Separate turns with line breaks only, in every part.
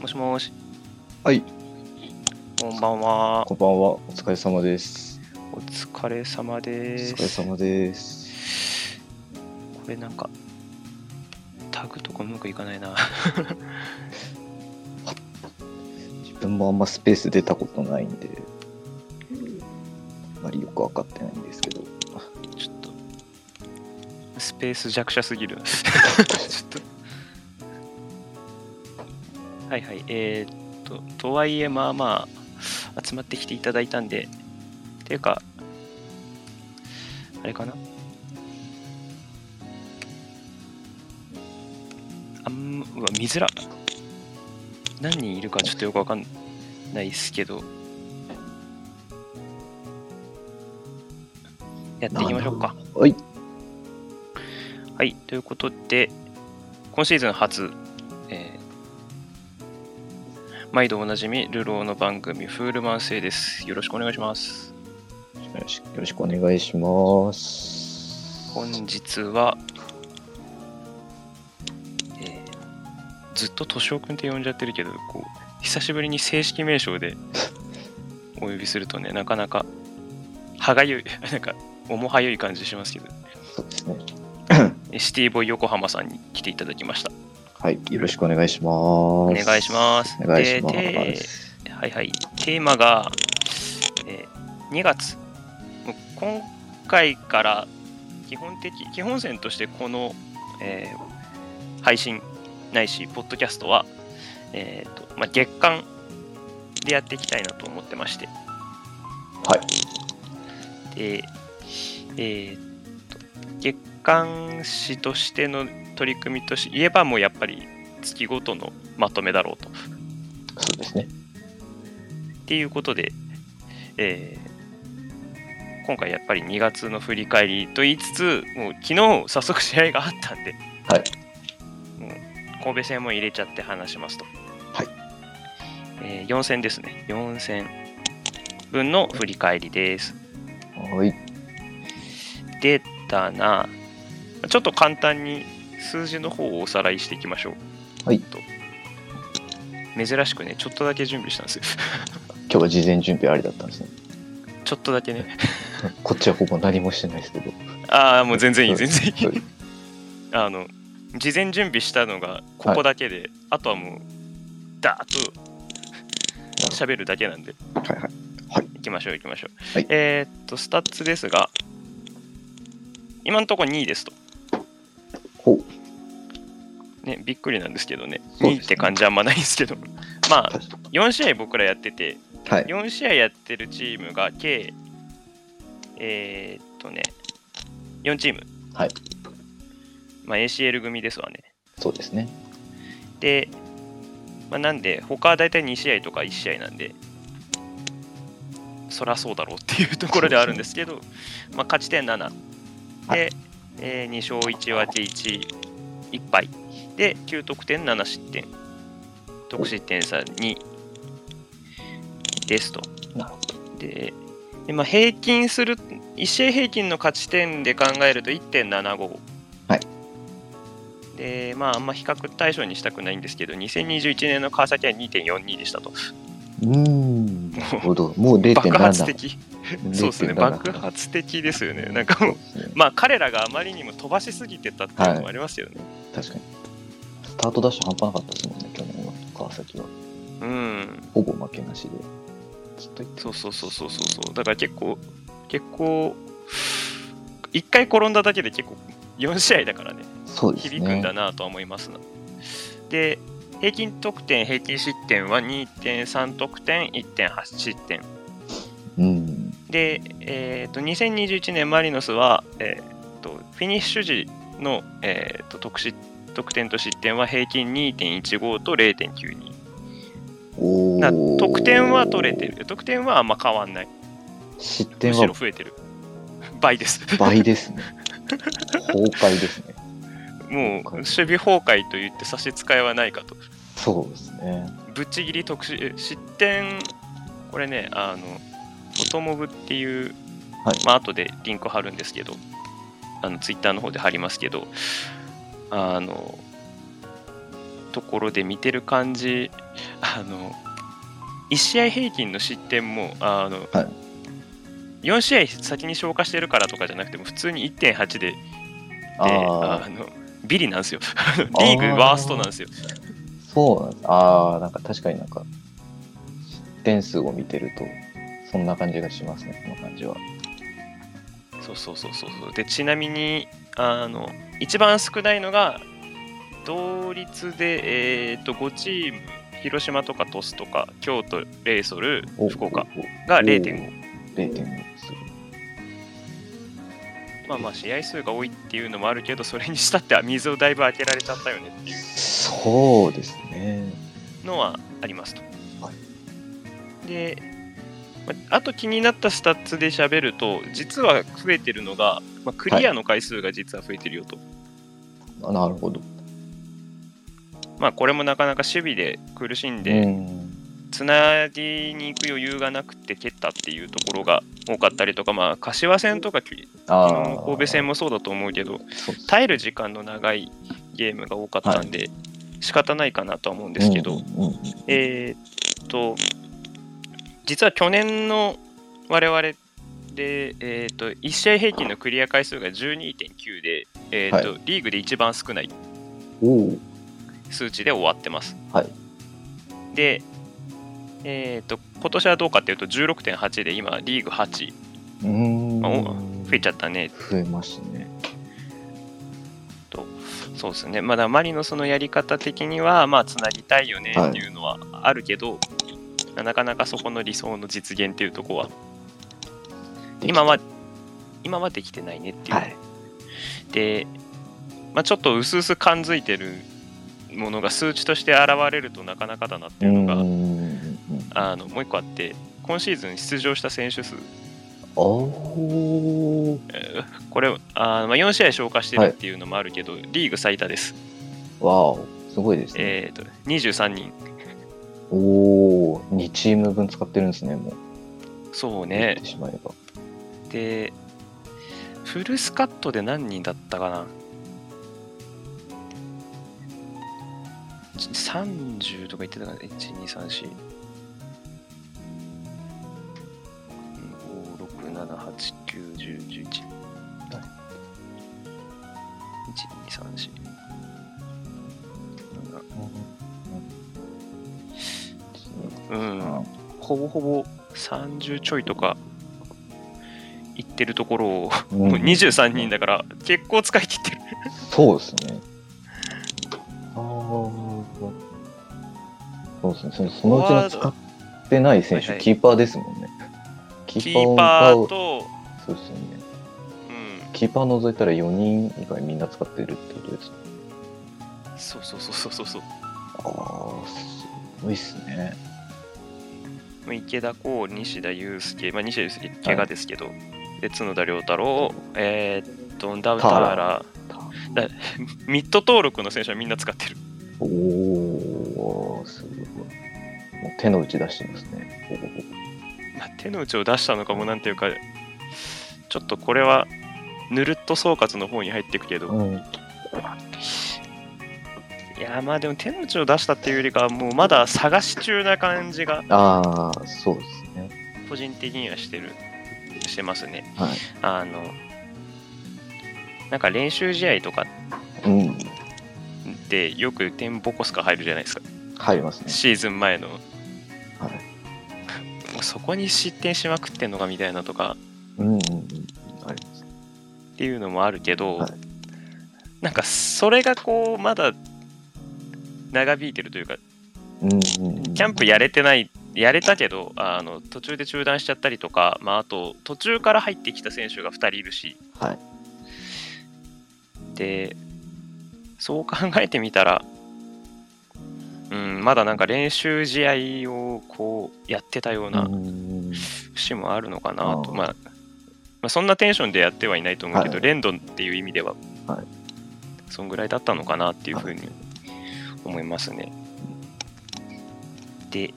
もしもし、
はい、
こんばんは。
こんばんは。お疲れ様です。
お疲れ様
お
で
疲れ
す。
様です。
これなんか、タグとかうまくいかないな。
自分もあんまスペース出たことないんで、あまりよくわかってないんですけど。
ちょっと、スペース弱者すぎる。 ちょっと。はいはい。えーっと、とはいえ、まあまあ、集まってきていただいたんで、ていうか、あれかな。あん、うわ、見づら。何人いるかちょっとよくわかんないですけど。やっていきましょうか。
はい。
はい、ということで、今シーズン初、えー毎度おなじみ、ルローの番組、フールマン製です。よろしくお願いします。
よろしくよろしくお願いします。
本日は、えーずっと敏夫君って呼んじゃってるけど、こう、久しぶりに正式名称でお呼びするとね、なかなか、歯がゆい、 なんか、重はゆい感じしますけど、
そうですね。
シティボーイ横浜さんに来ていただきました。
はい。よろしくお願いします。お
お願いします。
お願いしま
でて
す。
はいはい。テーマが、えー2月。もう今回から基本的、基本線としてこの、えー配信ないし、ポッドキャストは、えーとまあ、月間でやっていきたいなと思ってまして。
はい。
で、えーと月間誌としての取り組みとし言えばもうやっぱり月ごとのまとめだろうと。
そうですね。
っていうことで、えー今回やっぱり2月の振り返りと言いつつ、もう昨日早速試合があったんで、
はい
もう神戸戦も入れちゃって話しますと。
はい
え4戦ですね。4戦分の振り返りです。
はい。
出たな。ちょっと簡単に数字の方をおさらいしていきましょう。
はい
と珍しくね、ちょっとだけ準備したんですよ。
今日は事前準備ありだったんですね。
ちょっとだけね。
こっちはほぼ何もしてないですけど。
ああ、もう全然いい、全然いい。
はい。
あの、事前準備したのがここだけで、あとはもう、ダーッと喋るだけなんで、
はいはい。
行きましょう、行きましょう。
はい
えーっと、スタッツですが、今のところ2位ですと。
ほう。
ね、びっくりなんですけどね、
そうで
2
すね
位って感じあんまないんですけ ど、まあ、
確か
4試合僕らやってて、
はい。
4試合やってるチームが計、えーっとね、4チーム。
はい。
まあ、ACL 組ですわね。
そうですね。
で、まあ、なんで、他は大体2試合とか1試合なんで、そらそうだろうっていうところではあるんですけど、まあ、勝ち点7
は
で、え2勝1分け1、1敗で、9得点7失点、得失点差2ですと。
なるほ
で、でまあ、平均する、1試合平均の勝ち点で考えると1.75。
はい
で、まあ、あんま比較対象にしたくないんですけど、2021年の川崎は2.42でしたと。
うーん。なるほ ど。もう0.7。
爆発的。
0.7
そうですね、爆発的ですよね。なんかもう、
そうですね
まあ、彼らがあまりにも飛ばしすぎてたっていうのもありますよね。
確かに。スタートダッシュ半端なかったですもんね、去年は。川崎は。
うん。
ほぼ負けなしで。ずっとい
そうそうそうそうそうそう。だから結構、結構、一回転んだだけで結構、4試合だからね。
そうですね。
響くんだなとは思いますな。で、平均得点、平均失点は2.3得点、1.8失点。
うん。
で、えー、と2021年マリノスは、えー、とフィニッシュ時の、えー、と得失得点と失点は平均2.15と0.92。
お
だ
ー
得点は取れて。る。得点はあんま変わんない。
失点
むしろ
は
増えてる。倍です。
倍ですね。崩壊ですね。
もう守備崩壊と言って差し支えはないかと。
そうですね。
ぶっちぎり特殊失点これねあのオトモブっていう、
はい
まあ後でリンク貼るんですけどあのツイッターの方で貼りますけどあのところで見てる感じ、あの、1試合平均の失点も、あの、
はい
4試合先に消化してるからとかじゃなくても、普通に1.8で、で
あ
あ
あ、
のビリなんですよ。 リーグワーストなんですよ。
そうなんです。ああ、なんか確かになんか、失点数を見てると、そんな感じがしますね、この感じは。
そうそうそうそうそう。でちなみにあの一番少ないのが同率でえっ、と5チーム広島とか鳥栖とか京都レイソル
お
福岡。
おお
が0.5。
お0.5すご
まあまあ試合数が多いっていうのもあるけどそれにしたって水をだいぶ開けられちゃったよねってい
いそうですね。
うのはありますと。
は
でまああと気になったスタッツで喋ると実は増えてるのが、まあ、クリアの回数が実は増えてるよと。
あなるほど。
まあこれもなかなか守備で苦しんで、
うん
つなぎに行く余裕がなくて蹴ったっていうところが多かったりとか、まあ、柏戦とかき
あ
あの
ー
神戸戦もそうだと思うけど
そうです
耐える時間の長いゲームが多かったんで、仕方ないかなとは思うんですけど、
うんうんうん
えーっと実は去年の我々で、えーっと1試合平均のクリア回数が12.9で、えーっとリーグで一番少ない
おー
数値で終わってます。
はい
で、えー、と今年はどうかっていうと16.8で今リーグ8
うーん
あお増えちゃったね
増えましたね。
そうですねまだマリノスのやり方的にはまあつなぎたいよねっていうのはあるけど、なかなかそこの理想の実現っていうところは今は今はできてないねっていう、
はい。
で、まあ、ちょっと薄々感づいてるものが数値として現れるとなかなかだなっていうのが、
うんうんうん
あのもう一個あって今シーズン出場した選手数
おー
えー これあー、まあ、4試合消化してるっていうのもあるけど、リーグ最多です、
わお、すごいですね。
えー、と23人
おお、2チーム分使ってるんですね、もう。
そう
言っ
ね
てしまえば。
でフルスカットで何人だったかなち30とか言ってたかな1234 5 6 7 8 9 1 0 1 1 1 2 3 4 7うん、ほぼほぼ30ちょいとか行ってるところを、
う ん
もう23人だから結構使い切ってる。
そうですね。あーそうですね。そのそのうちの使ってない選
はい
手、
はい
キーパーですもんね。キ
キーパー
を
と、
そうですよね。
うん、
キーパー除いたら4人以外みんな使ってるってことですね。
そうそうそうそうそうそう
ああ、すごいっすね。
まあ、池田光、西田祐介、まあ、西田祐介、怪我ですけど、で角田良太郎、えーっと、ダウタ
タ
ー
ー
ラ、ミッド登録の選手はみんな使ってる。
おおー、すごい。もう手の内出してますね。
まあ、手の内を出したのかもなんていうか、ちょっとこれは、ぬるっと総括の方に入っていくけど、
うん。
いやーまあでも手の内を出したっていうよりかはもうまだ探し中な感じが
ああ、そうですね。
個人的にはしてるしてますね
はい。
あのなんか練習試合とか
うん。
ってよく点ボコスカ入るじゃないですか
入りますね。
シーズン前のも
はいう
そこに失点しまくってんのかみたいなとか
うんうんうん。あります。
っていうのもあるけど、
はい
なんかそれがこうまだ長引いてるというか
うんうんうん。
キャンプやれてない、やれたけど、あの途中で中断しちゃったりとか、まあ、あと途中から入ってきた選手が2人いるし、
はい。
で、そう考えてみたら、うん、まだなんか練習試合をこうやってたような
うん
節もあるのかなと、
あー
まあ、まあそんなテンションでやってはいないと思うけど、
はい
レンドンっていう意味では、
はい
そんぐらいだったのかなっていうふうに思いますね。で、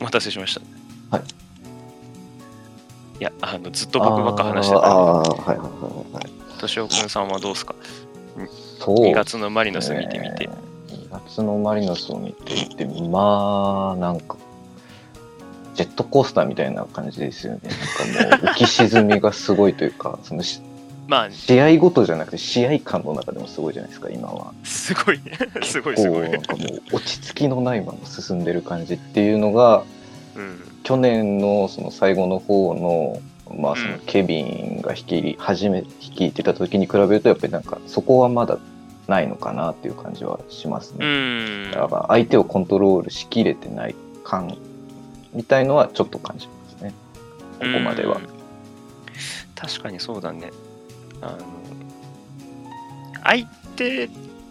お待たせしました。
はい。
いや、あのずっと僕ばっか話して
あー
たんで。
あー、はいはいはいはい。
としおくんさんはどうですか
そう。
2月のマリノス見てみて。
2月月のマリノスを見ていて、まあ、なんか、ジェットコースターみたいな感じですよね。なんかもう、浮き沈みがすごいというか、 そのし
まあ、
試合ごとじゃなくて、試合感の中でもすごいじゃないですか、今は。
すごいね。 すごい、
こ
す
う、
ご
ないん。かもう、落ち着きのないまま進んでる感じっていうのが、
うん。
去年のその最後の方の,、まあその
うん
ケビンが率い始め率いてた時に比べるとやっぱりなんかそこはまだないのかなっていう感じはします
う
ね。
ん。
だから相手をコントロールしきれてない感みたいのはちょっと感じますね。ここまでは
うん。確かにそうだねあの相手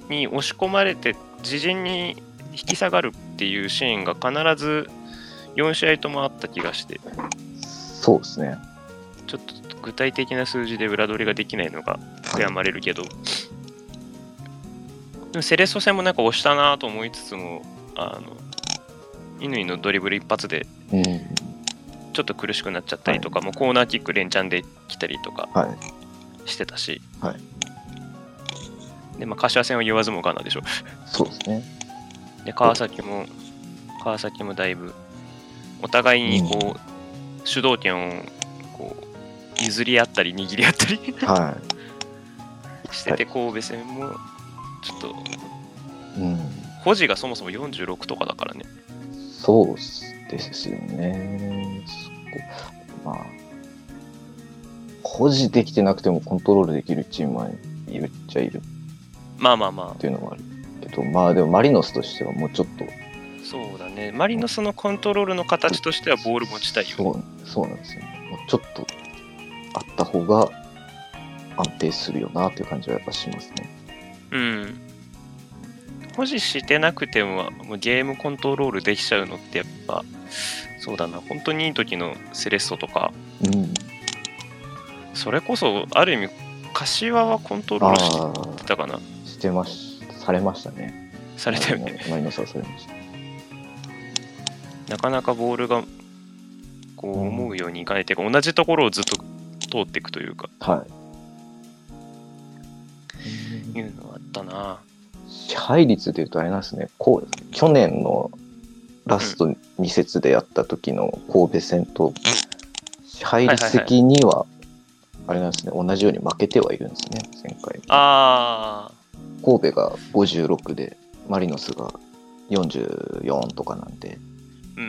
に押し込まれて自陣に引き下がるっていうシーンが必ず4試合ともあった気がして
そうですね。
ちょっと具体的な数字で裏取りができないのが悔やまれるけど、でもセレッソ戦もなんか押したなと思いつつもあの乾のドリブル一発で
うん。
ちょっと苦しくなっちゃったりとか、もうコーナーキック連チャンで来たりとか
はい。
してたし、
は
でまあ、柏戦は言わずもがなでしょ。
そうですね。
で、川崎も、川崎もだいぶ、お互いにこう、主導権をこう譲り合ったり、握り合ったり
は
してて、神戸戦も、ちょっと、
い。うん。
保持がそもそも46とかだからね。
そうですよね。そこまあ保持できてなくてもコントロールできるチームはいるっちゃいる
まあまあま
っ
あ、
ていうのもあるけど、まあでもマリノスとしてはもうちょっと、
そうだね。マリノスのコントロールの形としてはボール持ちたいよね。
そうそうなんですよ、ね。もうちょっとあった方が安定するよなっていう感じはやっぱしますね。
うん。保持してなくてももうゲームコントロールできちゃうのってやっぱそうだな本当にいい時のセレッソとか
うん。
それこそある意味柏はコントロールし
あ
てたかな
あ、してまし、されましたね。
されたよね
マリノスはされました。
なかなかボールがこう思うようにいかないというか同じところをずっと通っていくというか
はい。
いうのはあったな
支配率でいうとあれなんですねこう去年のラスト2節でやった時の神戸戦と支配率的にはあれなんですね同じように負けてはいるんですね前回
あ
神戸が56でマリノスが44とかなんで
ーうん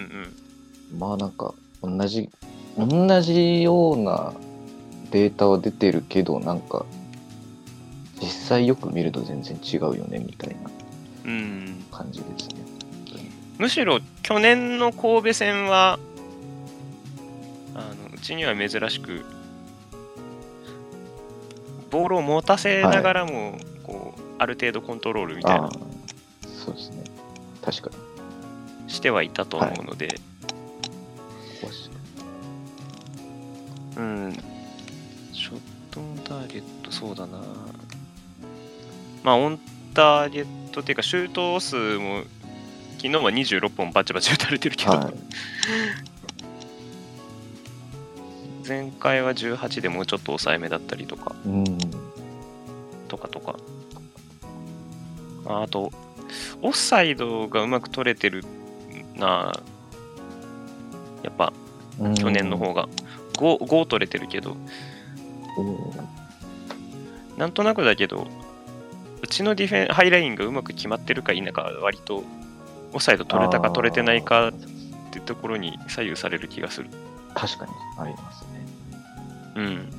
うん
まあなんか同じ同じようなデータは出てるけどなんか実際よく見ると全然違うよねみたいな
うん、
感じですね。
むしろ去年の神戸戦はあのうちには珍しくボールを持たせながらも、こうある程度コントロールみたい
あ
な
あーそうですね確かに
してはいたと思うので、うん、ショットオンターゲット、そうだな。まあ、オンターゲットっていうか、シュート数も、昨日は26本バチバチ打たれてるけど、
はい
前回は18でもうちょっと抑えめだったりとか、
うん
とかとか。ああと、オフサイドがうまく取れてるな。やっぱ、
うん
去年の方が。5、5取れてるけど、
うん
なんとなくだけど、うちのディフェンハイラインがうまく決まってるか否か、割とオフサイド取れたか取れてないかってところに左右される気がする。
確かにありますね
うん。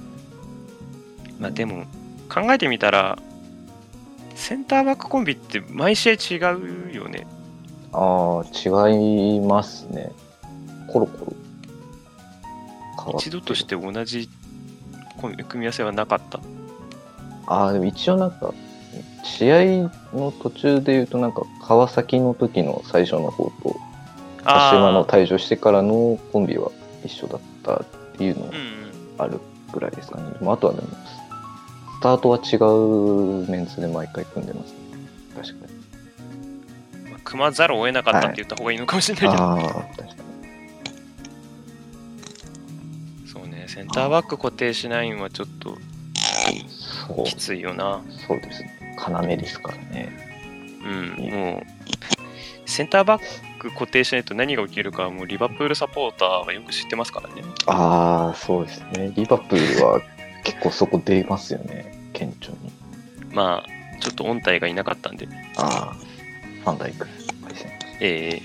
まあでも、考えてみたら、センターバックコンビって毎試合違うよね。
ああ違いますねコロコロ変わってる
一度として同じコンビ組み合わせはなかった。
ああでも一応なんか試合の途中で言うとなんか川崎の時の最初の方と鹿島の
ああ、
退場してからのコンビは一緒だったっていうのを
うんうん。
あるぐらいですかね。まあ、あとはでも、スタートは違うメンツで毎回組んでます、ね。確かに。
まあ組まざるを得なかったって言った方がいいのかもしれないけど。
ああ、確かに。
そうね、センターバック固定しないのはちょっと
そう
き、ついよな。
そうですね。要ですからね。
うん、もセンターバック固定しないと何が起きるかはもうリバプールサポーターはよく知ってますからね。
ああ、そうですね。リバプールは結構そこ出ますよね、顕著に。
まあ、ちょっと音体がいなかったんで、
ああ、ファンダイク、パリセン
え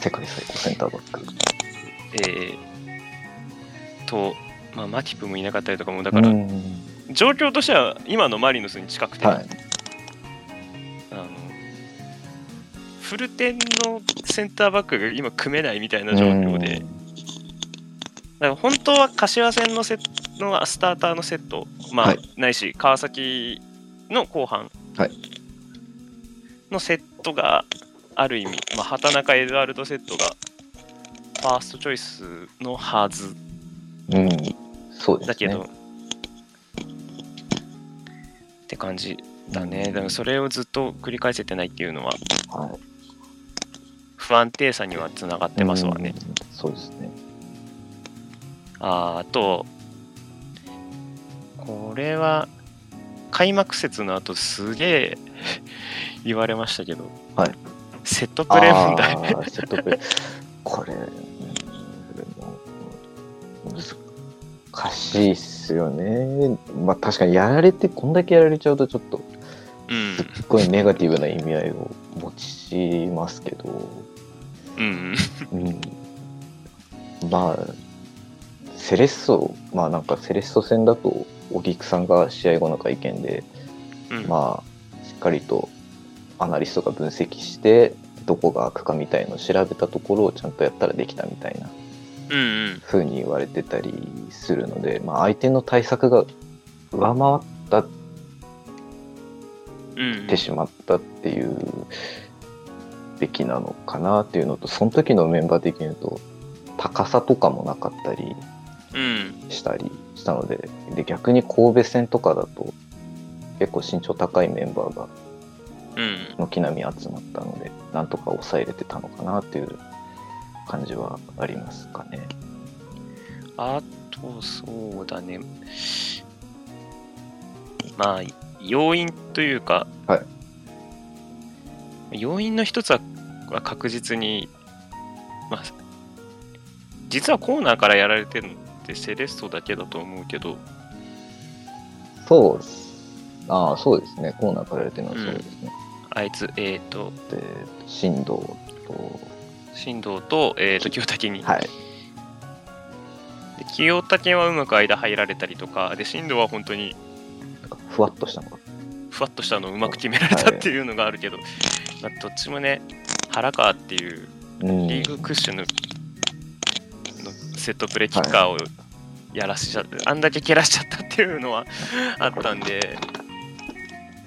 世界最高センターバック。
ー、えー、と、まあ、マティプもいなかったりとかも、だから、
うん
状況としては今のマリノスに近くて、
はい。
あのフルテンのセンターバックが今組めないみたいな状況で、
う
だ
ん
から本当は柏戦のセのスターターのセット、まあ
はい
ないし川崎の後半
はい
のセットがある意味、まあ、畑中エドワルドセットがファーストチョイスのはず
うん、そうですね。
だけど、って感じだね。でもそれをずっと繰り返せてないっていうのは
は
不安定さにはつながっ
い、
てますわね。
うん。そうですね。
あーあと、これは開幕節の後すげえ 言われましたけど、
はい
セットプレー問題。
あーセットプレー。これ、うん難しいっすよね。まあ確かにやられて、こんだけやられちゃうとちょっと、
うん
すっごいネガティブな意味合いを持ちますけど、
うん
うん。まあ、セレッソ、まあなんかセレッソ戦だと、小木さんが試合後の会見で、
うん
まあ、しっかりとアナリストが分析して、どこが空くかみたいのを調べたところをちゃんとやったらできたみたいな
うんうん
風に言われてたりするので、まあ、相手の対策が上回った
うん
ってしまったっていうべきなのかなっていうのと、その時のメンバー的に言うと、高さとかもなかったり
うん
したりしたので、で逆に神戸戦とかだと、結構身長高いメンバーが
うん
軒並み集まったので、なんとか抑えれてたのかなっていう感じはありますかね。
あと、そうだね。まあ、要因というか、
は
要因の一つはは確実に、まあ、実はコーナーからやられてるのってセレストだけだと思うけど、
そうっす。ああ、そうですね。コーナーからやれてるのはそうですね。
あいつ、えっ、と、
で、進藤と、
進藤と、えっ、と、清武に。
はい。
で清武はうまく間入られたりとか、で、進藤は本当に
なんかふわっとしたのが。
ふわっとしたのをうまく決められたっていうのがあるけど、まあ、どっちもね、原川っていう
うん。
リーグ屈指ののセットプレーキッカーをやらしちゃって、あんだけ蹴らしちゃったっていうのはあったんで、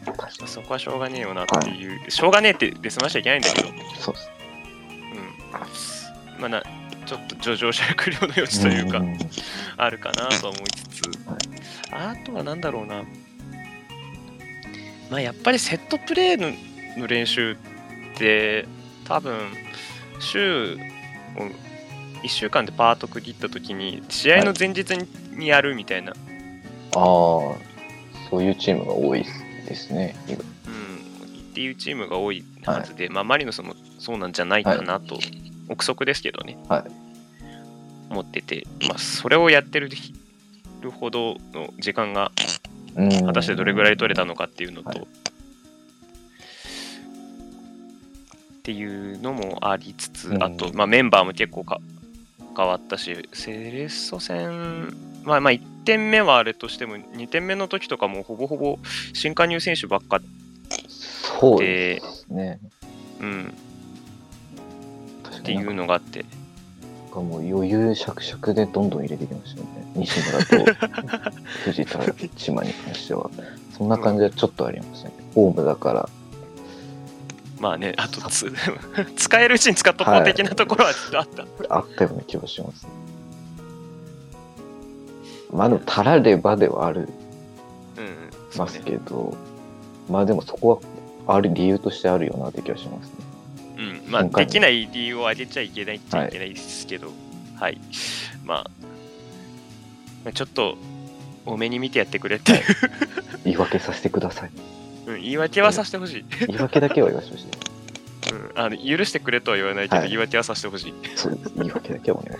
確か
まあそこはしょうがねえよなっていう、しょうがねえってで済ましちゃいけないんだけど、
にそうです。
うんまあ、なちょっと叙情者力量の余地というか、
ん
あるかなとは思いつつ、
は
あとはなんだろうな、まあ、やっぱりセットプレーのの練習って多分週を1週間でパーッと区切った時に試合の前日ににやるみたいな、
ああ、そういうチームが多いですね。
うん、っていうチームが多いはずで、まあ、マリノスもそうなんじゃないかなと、憶測ですけどね、
はい
思ってて、まあ、それをやってる日るほどの時間が
うん。
果たしてどれぐらい取れたのかっていうのと、
はい
っていうのもありつつ、
うん
あと、まあ、メンバーも結構か変わったしセレッソ戦、まあ、まあ1点目はあれとしても2点目の時とかもほぼほぼ新加入選手ばっか、
そうですね。
うん、
確
っ
か
て
に
い
なん
うのがあって
かもう余裕しゃくしゃくでどんどん入れてきましたよ ね。西村と藤田千葉に関しては。そんな感じはちょっとありましたね。ホームだから。
まあねあとつ 使えるうちに使っとこう的なところはちょっとあった、
あったような気はします、ね。まあでも、たらればではあり
うんそう
ま
ね
すけど、まあでもそこはある理由としてあるようなって気はしますね。
うん、まあ、
今回
で
も
きない理由を挙げちゃいけないっちゃいけないですけど、はい、まあまあ、ちょっと多めに見てやってくれっていう、
言い訳させてください。
うん言い訳はさせてほしい。
言い訳だけは言わせてほしい。
あの許してくれとは言わないけど、
はい
言い訳はさせてほしい。
そうです。言い訳だけはお願い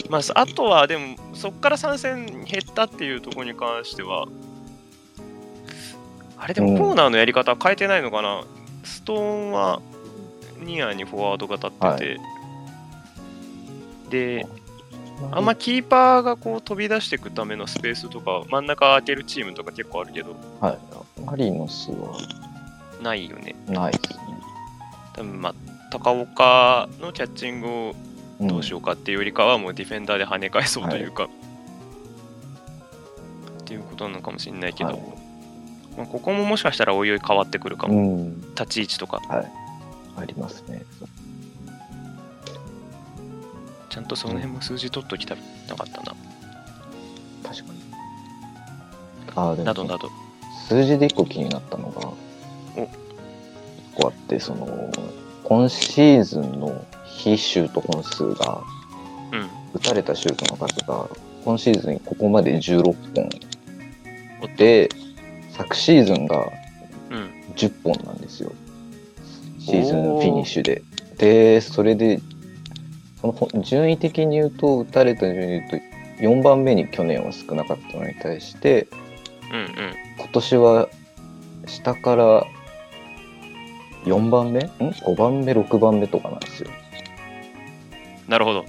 し
まあ、あとは、でも、そこから参戦減ったっていうところに関しては、あれで
う
も
ん
コーナーのやり方は変えてないのかな、ストーンはニアにフォワードが立ってて、で、
ます。
あんまキーパーがこう飛び出していくためのスペースとか、真ん中空けるチームとか結構あるけど、
はい。マリノスは
ないよね。
ないですね。
多分まあ高岡のキャッチングを
ん
どうしようかっていうよりかはもうディフェンダーで跳ね返そうというか、っていうことなのかもしれないけど、
はい
まあ、ここももしかしたらおいおい変わってくるか
う
も、
ん。
立ち位置とか
ありますね。
ちゃんとその辺も数字取っときたらなかったな、
確かに。ああ、で
などな
も、
ど
数字で一個気になったのが、
お
こうあって、その、今シーズンの非シュート本数が、
うん
打たれたシュートの数が、今シーズンここまで16本
おっと
で、昨シーズンが
うん
10本なんですよ。シーズンフィニッシュで。で、それで、そのほ順位的に言うと、打たれた順位で言うと、4番目に去年は少なかったのに対して、
うん
今年は下から4番目ん ?5 番目、6番目とかなんですよ。
うんなるほど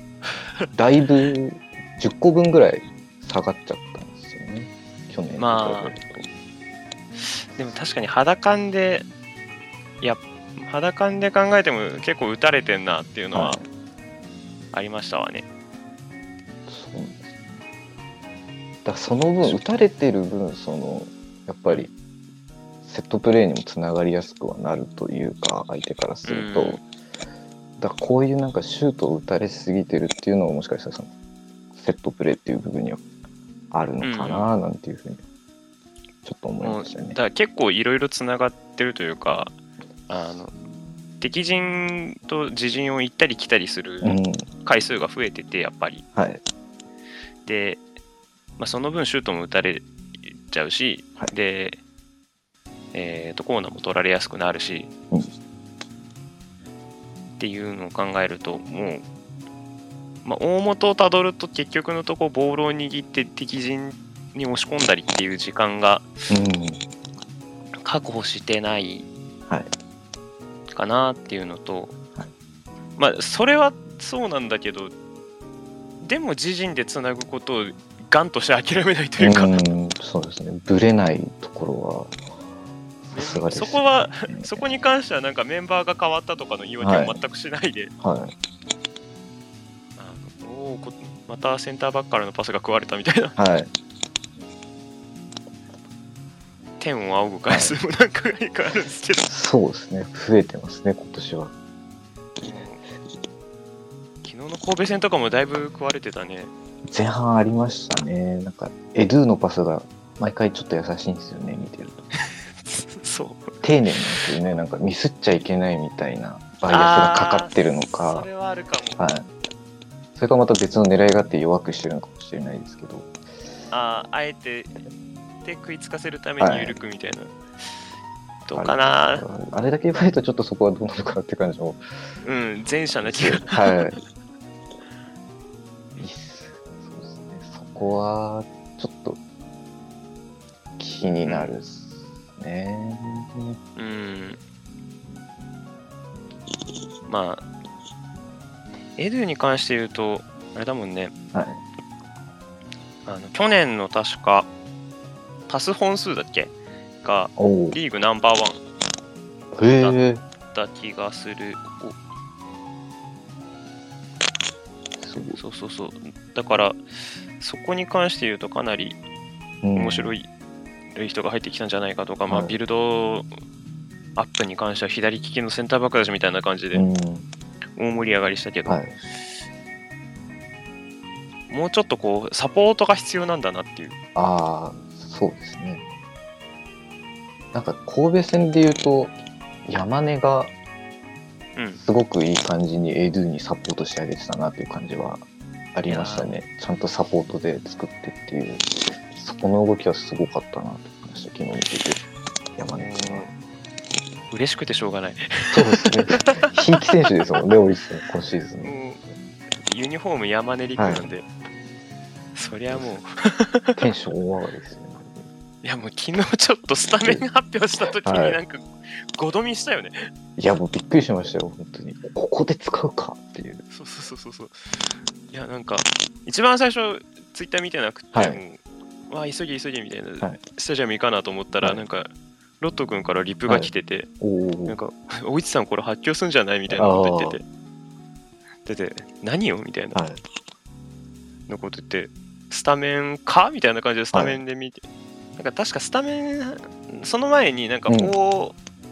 だいぶ10個分ぐらい下がっちゃったんですよね。去年と
まあ
比べると
でも確かに肌感でいや肌感で考えても結構打たれてんなっていうの
は
はいありましたわね、
そうなんですだからその分打たれてる分そのやっぱりセットプレーにもつながりやすくはなるというか相手からすると、
うん
だからこういうなんかシュートを打たれすぎてるっていうのはもしかしたらそのセットプレーっていう部分にはあるのかななんていうふうにちょっと思いましたね
だ。から結構いろいろつながってるというかあの敵陣と自陣を行ったり来たりする
うん、
回数が増えててやっぱり
はい、
で、まあ、その分シュートも打たれちゃうし、
はい
で、えー、とコーナーも取られやすくなるし、
うん
っていうのを考えるともう、まあ、大元をたどると結局のとこボールを握って敵陣に押し込んだりっていう時間が
うん、
確保してない
はい
かなっていうのと、
はい
まあそれはそうなんだけどでも自陣でつなぐことをガンとして諦めないというか、
うん、そうですね。ぶれないところはさすがです、
そ
ね。
こはそこに関してはなんかメンバーが変わったとかの言い訳
は
はい全くしないで、
はい、
あのおーこまたセンターバックからのパスが食われたみたいな
はい、
天を仰ぐ回数もなんか何かあるんですけど、
そうですね。増えてますね、今年は。
昨日の神戸戦とかもだいぶ食われてた ね
前半ありましたね。なんか、エドゥのパスが毎回ちょっと優しいんですよね、見てると。
そう
丁寧なんですよね。なんかミスっちゃいけないみたいなバイアスがかかってるの
あーそ
か
れ。はあるかも
はい。それかまた別の狙いがあって弱くしてるのかもしれないですけど。
あーあえてで食いつかせるために緩くみたいな、どうか
あ
な
れあれだけ言われるとちょっとそこはどうなのかなって感じも。
うん前者な 気が
はい。いいっすそうですね。そこは、ちょっと、気になるっすね。
うんまあエドゥに関して言うとあれだもんね
はい。
あの去年の確かパス本数だっけが
おお。
リーグナンバーワン
へえ。
だった気がする
すご
おそうそうそうだからそこに関して言うとかなり
い
面白
い。
い人が入ってきたんじゃないかとか、まあ、
はい
ビルドアップに関しては左利きのセンターバックだしみたいな感じ
う
で
ん。
大盛り上がりしたけど、
はい。
もうちょっとこうサポートが必要なんだなっていう。
ああ、そうですね。なんか、神戸戦で言うと、山根が
うん
すごくいい感じにエドゥにサポートしてあげてたなっていう感じはありましたね。ちゃんとサポートで作ってっていう、そこの動きはすごかったなと思いました、昨日見てて。山根君は。
嬉しくてしょうがない。
そうですね。 新規選手ですもんね、オリックス今シーズン。
もうユニフォーム山根陸なんで、そりゃもう、
テンション大上がりですね。
いやもう昨日ちょっとスタメン発表した時に
はい
なんか、ごどみしたよね。
いや、もうびっくりしましたよ、本当に。ここで使うかっていう。
そうそうそうそうそう。いやなんか、一番最初、ツイッター見てなくて、
はい
もうわあ、急ぎ急ぎみたいな、
はい
スタジアム行かなと思ったら、
はい
なんか、ロット君からリプが来てて、
お
なん
お。
か、おいちさんこれ発狂すんじゃないみたいなこと言ってて、で、で何よみたいな
はい。
のこと言って、スタメンかみたいな感じでスタメンで見て、なんか確かスタメン、その前になんか
うん
こう、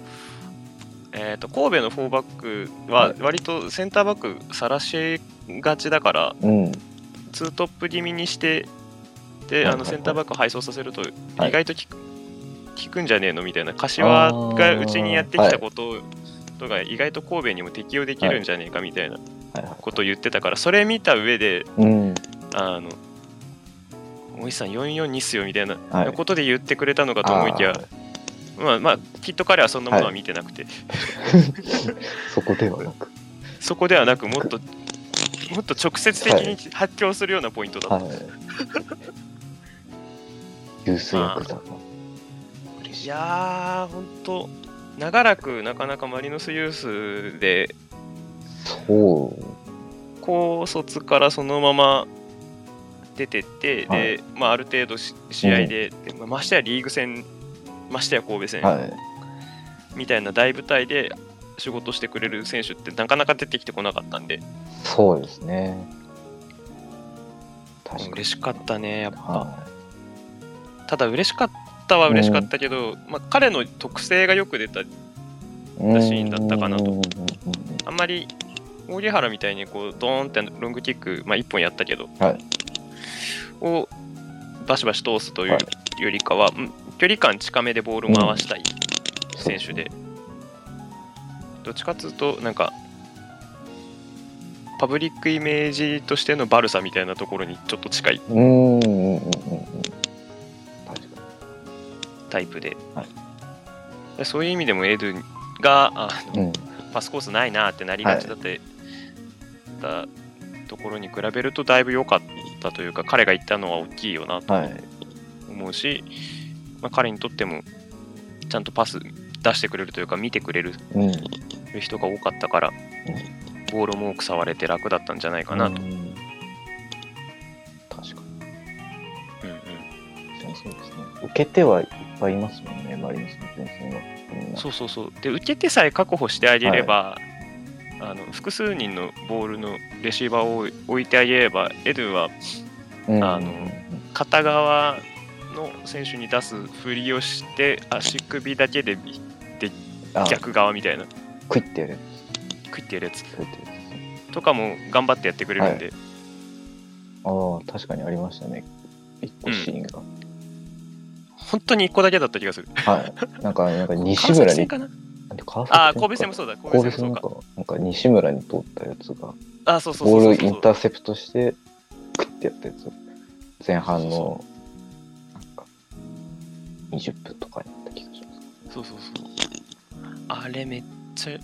えっと神戸の4バックは割とセンターバックさらしがちだから、
うん。
2トップ気味にして、で、
はい
あのセンターバックを配送させると、意
はい
外と効く,、効くんじゃねえのみたいな、柏がうちにやってきたこととが、意外と神戸にも適用できるんじゃねえかみたいな
はいは
ことを言ってたから、それ見た上で、
い。うん。
あの、大石さん442っすよみたいな
はい。
ことで言ってくれたのかと思いきや、
あー
まあまあ、きっと彼はそんなものは見てなくて、
そこではなく。
そこではなく、もっと、もっと直接的
は
に発狂するようなポイントだった。
はい。優勢役だな。嬉し
い
い。
やー、ほんと、長らくなかなかマリノスユースで、
そう。
高卒からそのまま出てって、
はい
でまあ、ある程度し試合で、でまあましてやリーグ戦、ましてや神戸戦、
はい。
みたいな大舞台で仕事してくれる選手ってなかなか出てきてこなかったんで、
そうですね。確かに。
嬉しかったね、やっぱ。
は
ただ、嬉しかったは嬉しかったけど、まあ、彼の特性がよく出た、
い。
たシーンだったかなと
うんうんうん
あんまり荻原みたいにこうドーンってロングキック、まあ、1本やったけど、
はい
をバシバシ通すとい
は
うよりかは、うん距離感近めでボールを回したい選手で、どっちかというとなんかパブリックイメージとしてのバルサみたいなところにちょっと近い
うん。うんうんうんうんうん。確か
タイプで、
はい
でそういう意味でもエドゥがあの
に。うん。
パスコースないなってなりがちだって、たところに比べるとだいぶ良かったというか彼が言ったのは大きいよなと
はい。
思うし、まあ、彼にとってもちゃんとパス出してくれるというか見てくれる
うん。
人が多かったから、ボールも多く触れて楽だったんじゃないかなと、
うん確かに。
うんうん
そうですね。受けてはいっぱいいますもんね、マリノスの前線は。みんな
そうそうそうで受け手さえ確保してあげれば、あの複数人のボールのレシーバーを置いてあげればエドゥは
うん
あの片側の選手に出すふりをして足首だけでビ
あ
逆側みたいな
クイッてやる。
食ってやるやつ
クイッてやるやつね
とかも頑張ってやってくれるんで、
ああ、確かにありましたね。一個シーンが。
本当に1個だけだった気がする。
はい。なん か、なんか西村
川
に。
崎戦かなあ
あ
あ、神戸戦もそうだ。神戸
神戸
戦もそう
戦なん
か。
か、なんか西村に通ったやつが、
ああ、そうそう
ボ
そうそ
ー
う
ルインターセプトして、クッてやったやつを前半の、なんか、20分とかになった気がします。
そうそうそう。あれめっちゃ。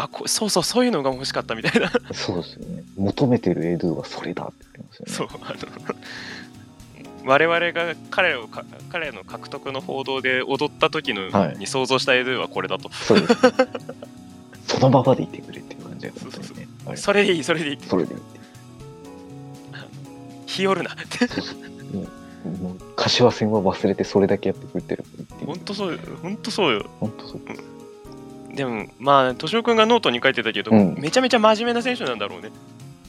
あこそうそう、そういうのが欲しかったみたいな。
そうですよね。求めてるエドゥはそれだって言ってます
そ
よ
う
ね。
あの我々が彼をか彼の獲得の報道で踊った時の、
はい
に想像したエドゥはこれだと。
そうです、ね。そのままでいてくれっていう感じが本当にね。あれ
それでいい、それでいいって。
それでいいっ
日和るなって。
て。もう柏戦は忘れてそれだけやってくれてるってい う
本。当そうよ、本当そうよ。
本当そう。
でも、まあ、敏夫君がノートに書いてたけど、
うん
めちゃめちゃ真面目な選手なんだろうね。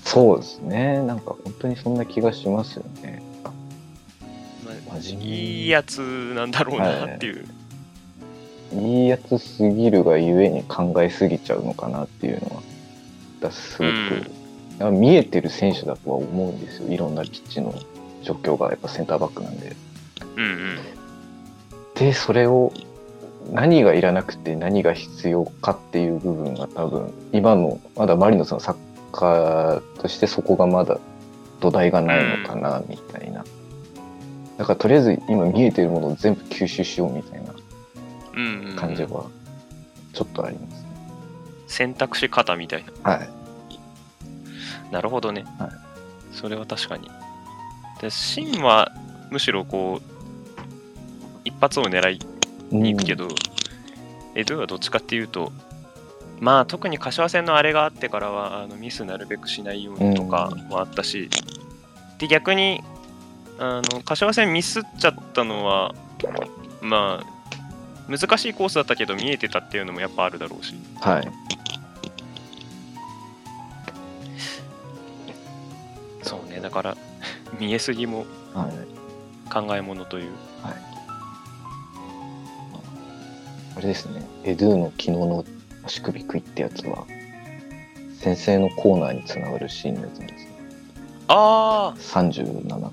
そうですね。なんか本当にそんな気がしますよね。
まあ
真面目
いいやつなんだろうなっていう。
いいやつすぎるがゆえに考えすぎちゃうのかなっていうのは、だすごく、なんか見えてる選手だとは思うんですよ。いろんなピッチの状況がやっぱセンターバックなんで。
うんうん。
で、それを何がいらなくて何が必要かっていう部分が多分、今のまだマリノスのサッカーとしてそこがまだ土台がないのかなみたいな。だからとりあえず今見えてるものを全部吸収しようみたいな
うんうんうん
感じはちょっとあります。
選択肢型みたいな。
はい。
なるほどね。
はい
それは確かに。で、芯はむしろこう、一発を狙いに行くけど、エドゥはどっちかっていうと、まあ特に柏戦のあれがあってからはあのミスなるべくしないようにとかもあったし、で逆にあの柏戦ミスっちゃったのはまあ難しいコースだったけど見えてたっていうのもやっぱあるだろうし
うん。はい。
そうねだから 見えすぎも
はい。
考えものという
あれですね、エドゥの昨日の足首クイってやつは、先生のコーナーにつながるシーンのやつなんですね。
あ
37分の。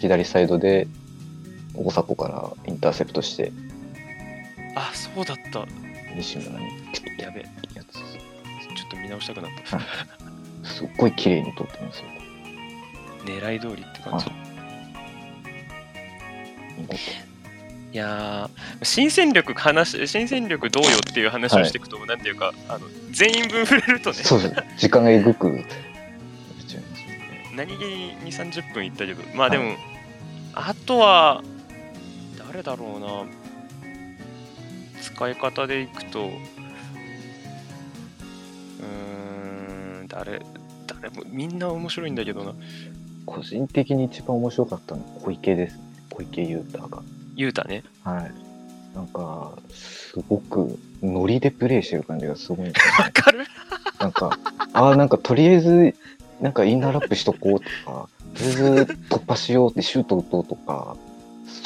左サイドで、大迫からインターセプトして、
ーあそうだった
西村にピッて
や
や
べ
やつ、
ちょっと見直したくなった
はいすっごい綺麗に撮ってますよ。
狙い通りって感じ
はい見事
いやー新戦力話新戦力どうよっていう話をしていくと、なんていうかあの全員分触れるとね
そうです。時間がえぐくなっちゃいますよね。
何気に2 3 0分いったけどまあでも、あとは誰だろうな使い方でいくとうーん誰誰もみんな面白いんだけどな
個人的に一番面白かったのは小池ですね。小池優太が。
雄太ね
はい。なんか、すごく、ノリでプレイしてる感じがすごいんですよ
わかる
なんか、ああ、なんかとりあえず、なんかインナーラップしとこうとか、とりあえず突破しようってシュート打とうとか、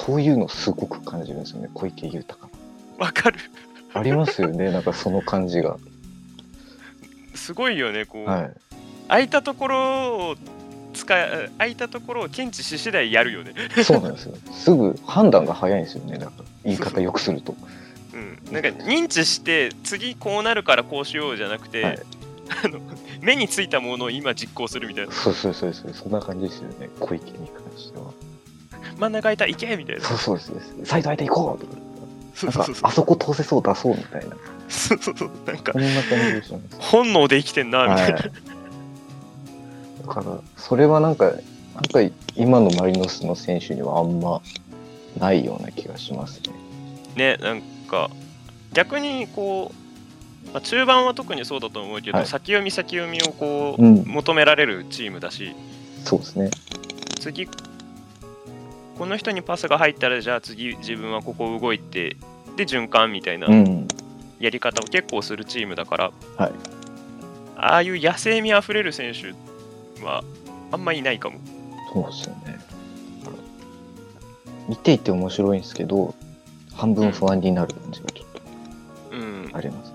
そういうのすごく感じるんですよね、小池優太か
わかる
ら。ありますよね、なんかその感じが。
すごいよねこう、
はい。
空いたところを使い空いたところを検知し次第やるよね
そうなんですよ。すぐ判断が早いんですよね、なんか言い方よくすると。
うん、なんか認知して次こうなるからこうしようじゃなくて、
はい
あの目についたものを今実行するみたいな
そうそうそうそう、そんな感じですよね、小池に関しては。
真ん中空いた行けみたいな
そうそうそうです。サイド相手行こうとか。
そうん
な
そう
か
そうそ
あそこ通せそう出そうみたいな。
うそうそうなんか
こんな感じでしょ。
本能で生きてんなみた
はいい。
な、
だから、それはなんか、なんか今のマリノスの選手にはあんまないような気がしますね。
ねなんか逆にこう、まあ、中盤は特にそうだと思うけど、
はい
先読み先読みをこう、
うん、
求められるチームだし
そうですね。
次この人にパスが入ったらじゃあ次自分はここ動いてで循環みたいな
うん。
やり方を結構するチームだから、
はい
ああいう野生味あふれる選手はあんまいないかも。
そうですよね。だから見ていて面白いんですけど、半分不安になる感じがちょっ
うん
と、あります。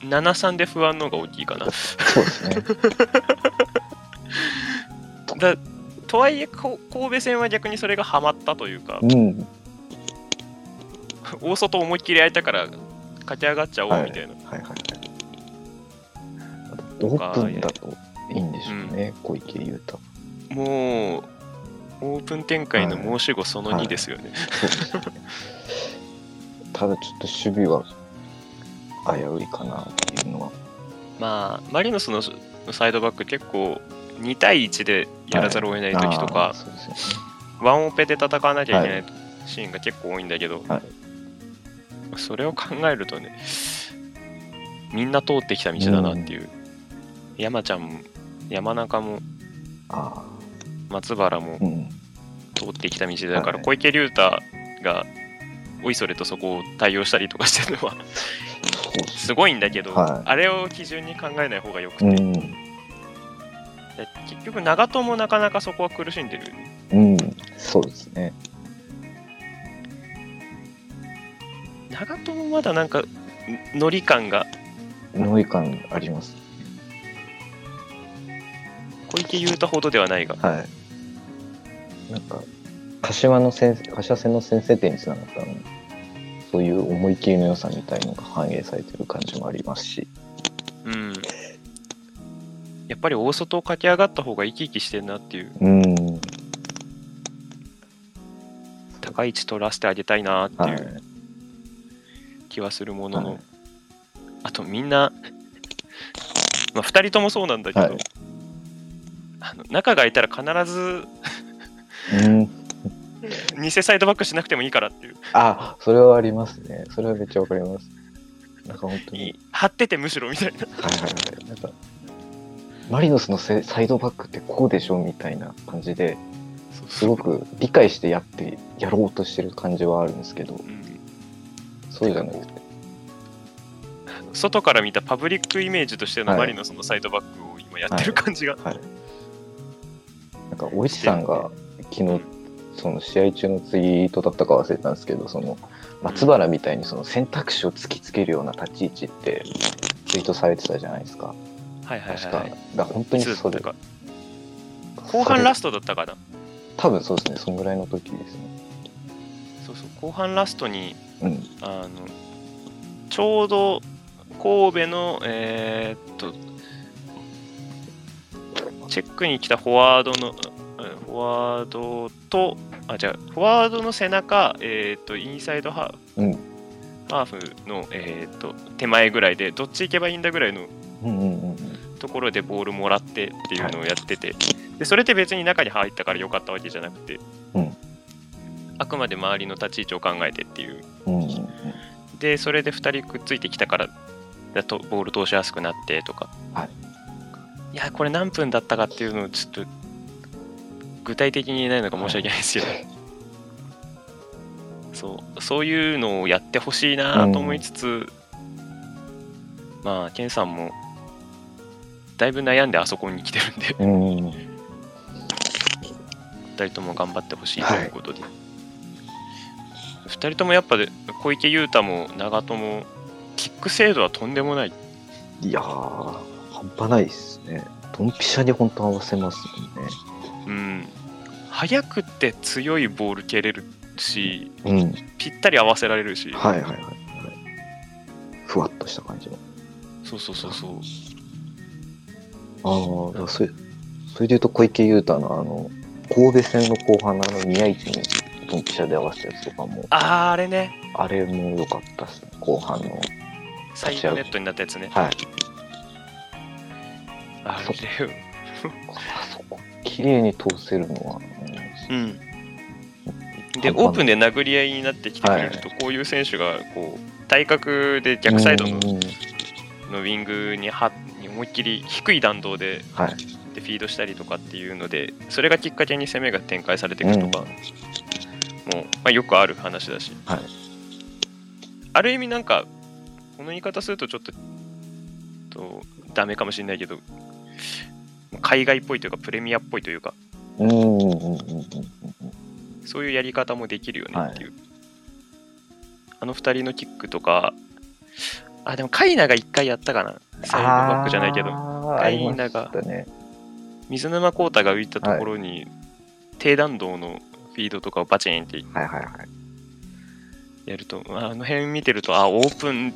7-3で不安の方が大きいかな。
そうですね。
だとはいえ、こ神戸戦は逆にそれがハマったというか、
うん。
大外思いっきり空いたから駆け上がっちゃおうみたいな。
はいはいはい。あとオープンだといいんでしょうね、小池優太。
もう、オープン展開の申し子その
は
2
い
ですよね。
そうですねただちょっと守備は危ういかなっていうのは。
まあ、マリノスのサイドバック結構2対1でやらざるを得ない時とか、
あーそうですよね
ワンオペで戦わなきゃいけないシーンが結構多いんだけど、
はい
それを考えるとね、みんな通ってきた道だなっていう。山ちゃんも、山中も、
あ
松原も
ーうん。
通ってきた道だから、
はい
小池龍太が、おいそれとそこを対応したりとかしてるのは
そうです
すごいんだけど、
はい
あれを基準に考えない方がよくて、
う
で
ん。
結局長友もなかなかそこは苦しんでる。
うん。そうですね。
長友まだなんか、んノリ感が
ノイ感あります。
小池龍太ほどではないが、
はい。なんか、柏の先生、柏線の先制点につながったのそういう思い切りの良さみたいのが反映されてる感じもありますし。
うん。やっぱり大外を駆け上がった方が生き生きしてんなっていう、
うん。
高い位置取らせてあげたいなって
はいい。
う気はするものの、
はい
あとみんな、まあ、2人ともそうなんだけど、
はい
あの中がいたら必ず
うん。
偽サイドバックしなくてもいいからっていう
あ、それはありますね。それはめっちゃわかります。なんか本当に。
張っててむしろみたいな
はいはいはい。なんか、マリノスのせサイドバックってこうでしょみたいな感じで、すごく理解してやって、やろうとしてる感じはあるんですけど、
うん
そうじゃないですね。
外から見たパブリックイメージとしての
はい
マリノスのサイドバックを今やってる感じが、
はい。なんか、お市さんが昨日、その試合中のツイートだったか忘れたんですけど、その松原みたいにその選択肢を突きつけるような立ち位置ってツイートされてたじゃないですか。
はいはい
確
は
か。
い、はい
だから本当
い
に
つだ
そ
っ
れ
た。か後半ラ
ス
ストだったかな
多分そうですね、そんぐらいの時ですね。
そうそう後半ラストに
うん。
あのちょうど神戸の、えーっとチェックに来たフォワードのうんフォワードとあじゃフォワードの背中、えーっとインサイドハーフ,、
うん
ハーフの、えーっと手前ぐらいでどっち行けばいいんだぐらいの
うんうんうんうん。
ところでボールもらってっていうのをやってて、でそれって別に中に入ったから良かったわけじゃなくて、
うん
あくまで周りの立ち位置を考えてっていう
うんうんうん
でそれで2人くっついてきたからだとボール通しやすくなってとか、
はい、
やこれ何分だったかっていうのをちょっと具体的に言えないのが申し訳ないですけど、 そうそういうのをやってほしいなと思いつつ、まあケンさんもだいぶ悩んであそこに来てるんで
うんうん
2人とも頑張ってほしいということで、2人ともやっぱで小池優太も長友キック精度はとんでもない
いやー、半端ないですね。ドンピシャに本当合わせます
うん速くて強いボール蹴れるし
もんね。
ぴったり合わせられるし、
うん。はいはいはい。はいふわっとした感じの。
そうそうそうそう
ああ、だからそれ、それで言うと小池優太のあの、神戸戦の後半のあの宮市にドンピシャで合わせたやつとかも、
あーあれね
あれも良かったですね、後半の。
サイドネットになったやつね
はい。
あ
そ
れ
あそこ、綺麗に通せるのは、
うん
半端な
で
い
オープンで殴り合いになってきてくれると、こういう選手がこう体格で逆サイドの
うんうん
のウィングにはに思いっきり低い弾道で
はい。
でフィードしたりとかっていうのでそれがきっかけに攻めが展開されていくとか、もう、まあ、よくある話だし、
はい
ある意味なんかこの言い方するとちょっととダメかもしれないけど海外っぽいというかプレミアっぽいというか
うんうんうんうんうん。
そういうやり方もできるよねっていう、あの2人のキックとかあでもカイナが1回やったかなサイドバックじゃないけど
あー
ガ
あ
イ
りま
ナが
したね。
水沼宏太が浮いたところに、低弾道のフィードとかをバチンって
はいはいはい。
やるとまああの辺見てるとあオープン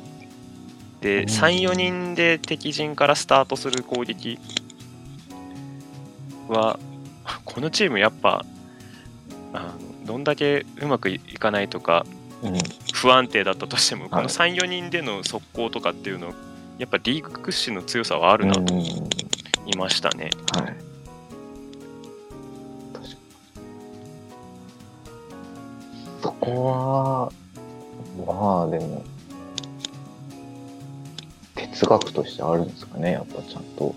で34人で敵陣からスタートする攻撃はこのチームやっぱあのどんだけうまくいかないとか
うん。
不安定だったとしても、
い
この34人での速攻とかっていうのやっぱリーグ屈指の強さはあるなと
うんうんうん
いましたね。
はい。そこは、まあでも、哲学としてあるんですかね、やっぱちゃんと、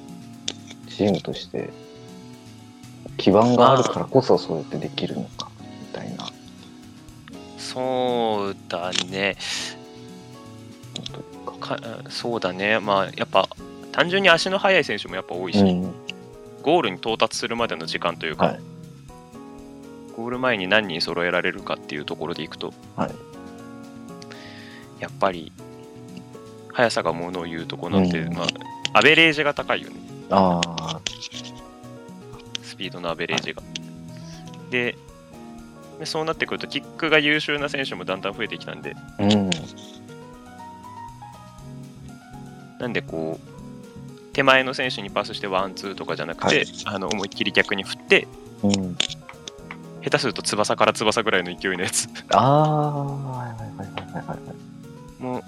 チームとして、基盤があるからこそそうやってできるのか、みたいな。
そうだねかそうだね、まあ、やっぱ単純に足の速い選手もやっぱ多いし、
うん。
ゴールに到達するまでの時間というか、
はい
ゴール前に何人揃えられるかっていうところでいくと、
はい
やっぱり速さがものを言うとこなんて、
うん
まあ、アベレージが高いよね、
ああ、
スピードのアベレージが。ででそうなってくると、キックが優秀な選手もだんだん増えてきたんで、
うん。
なんでこう、手前の選手にパスしてワンツーとかじゃなくて、
はい
あの思いっきり逆に振って、
うん。
下手すると翼から翼ぐらいの勢いのやつ
ああ、はいはいはいはいはいはい。
もう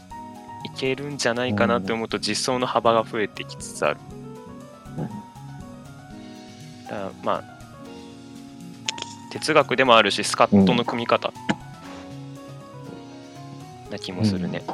けるんじゃないかなって思うと実装の幅が増えてきつつある。だからまあ哲学でもあるしスカットの組み方な気もするね。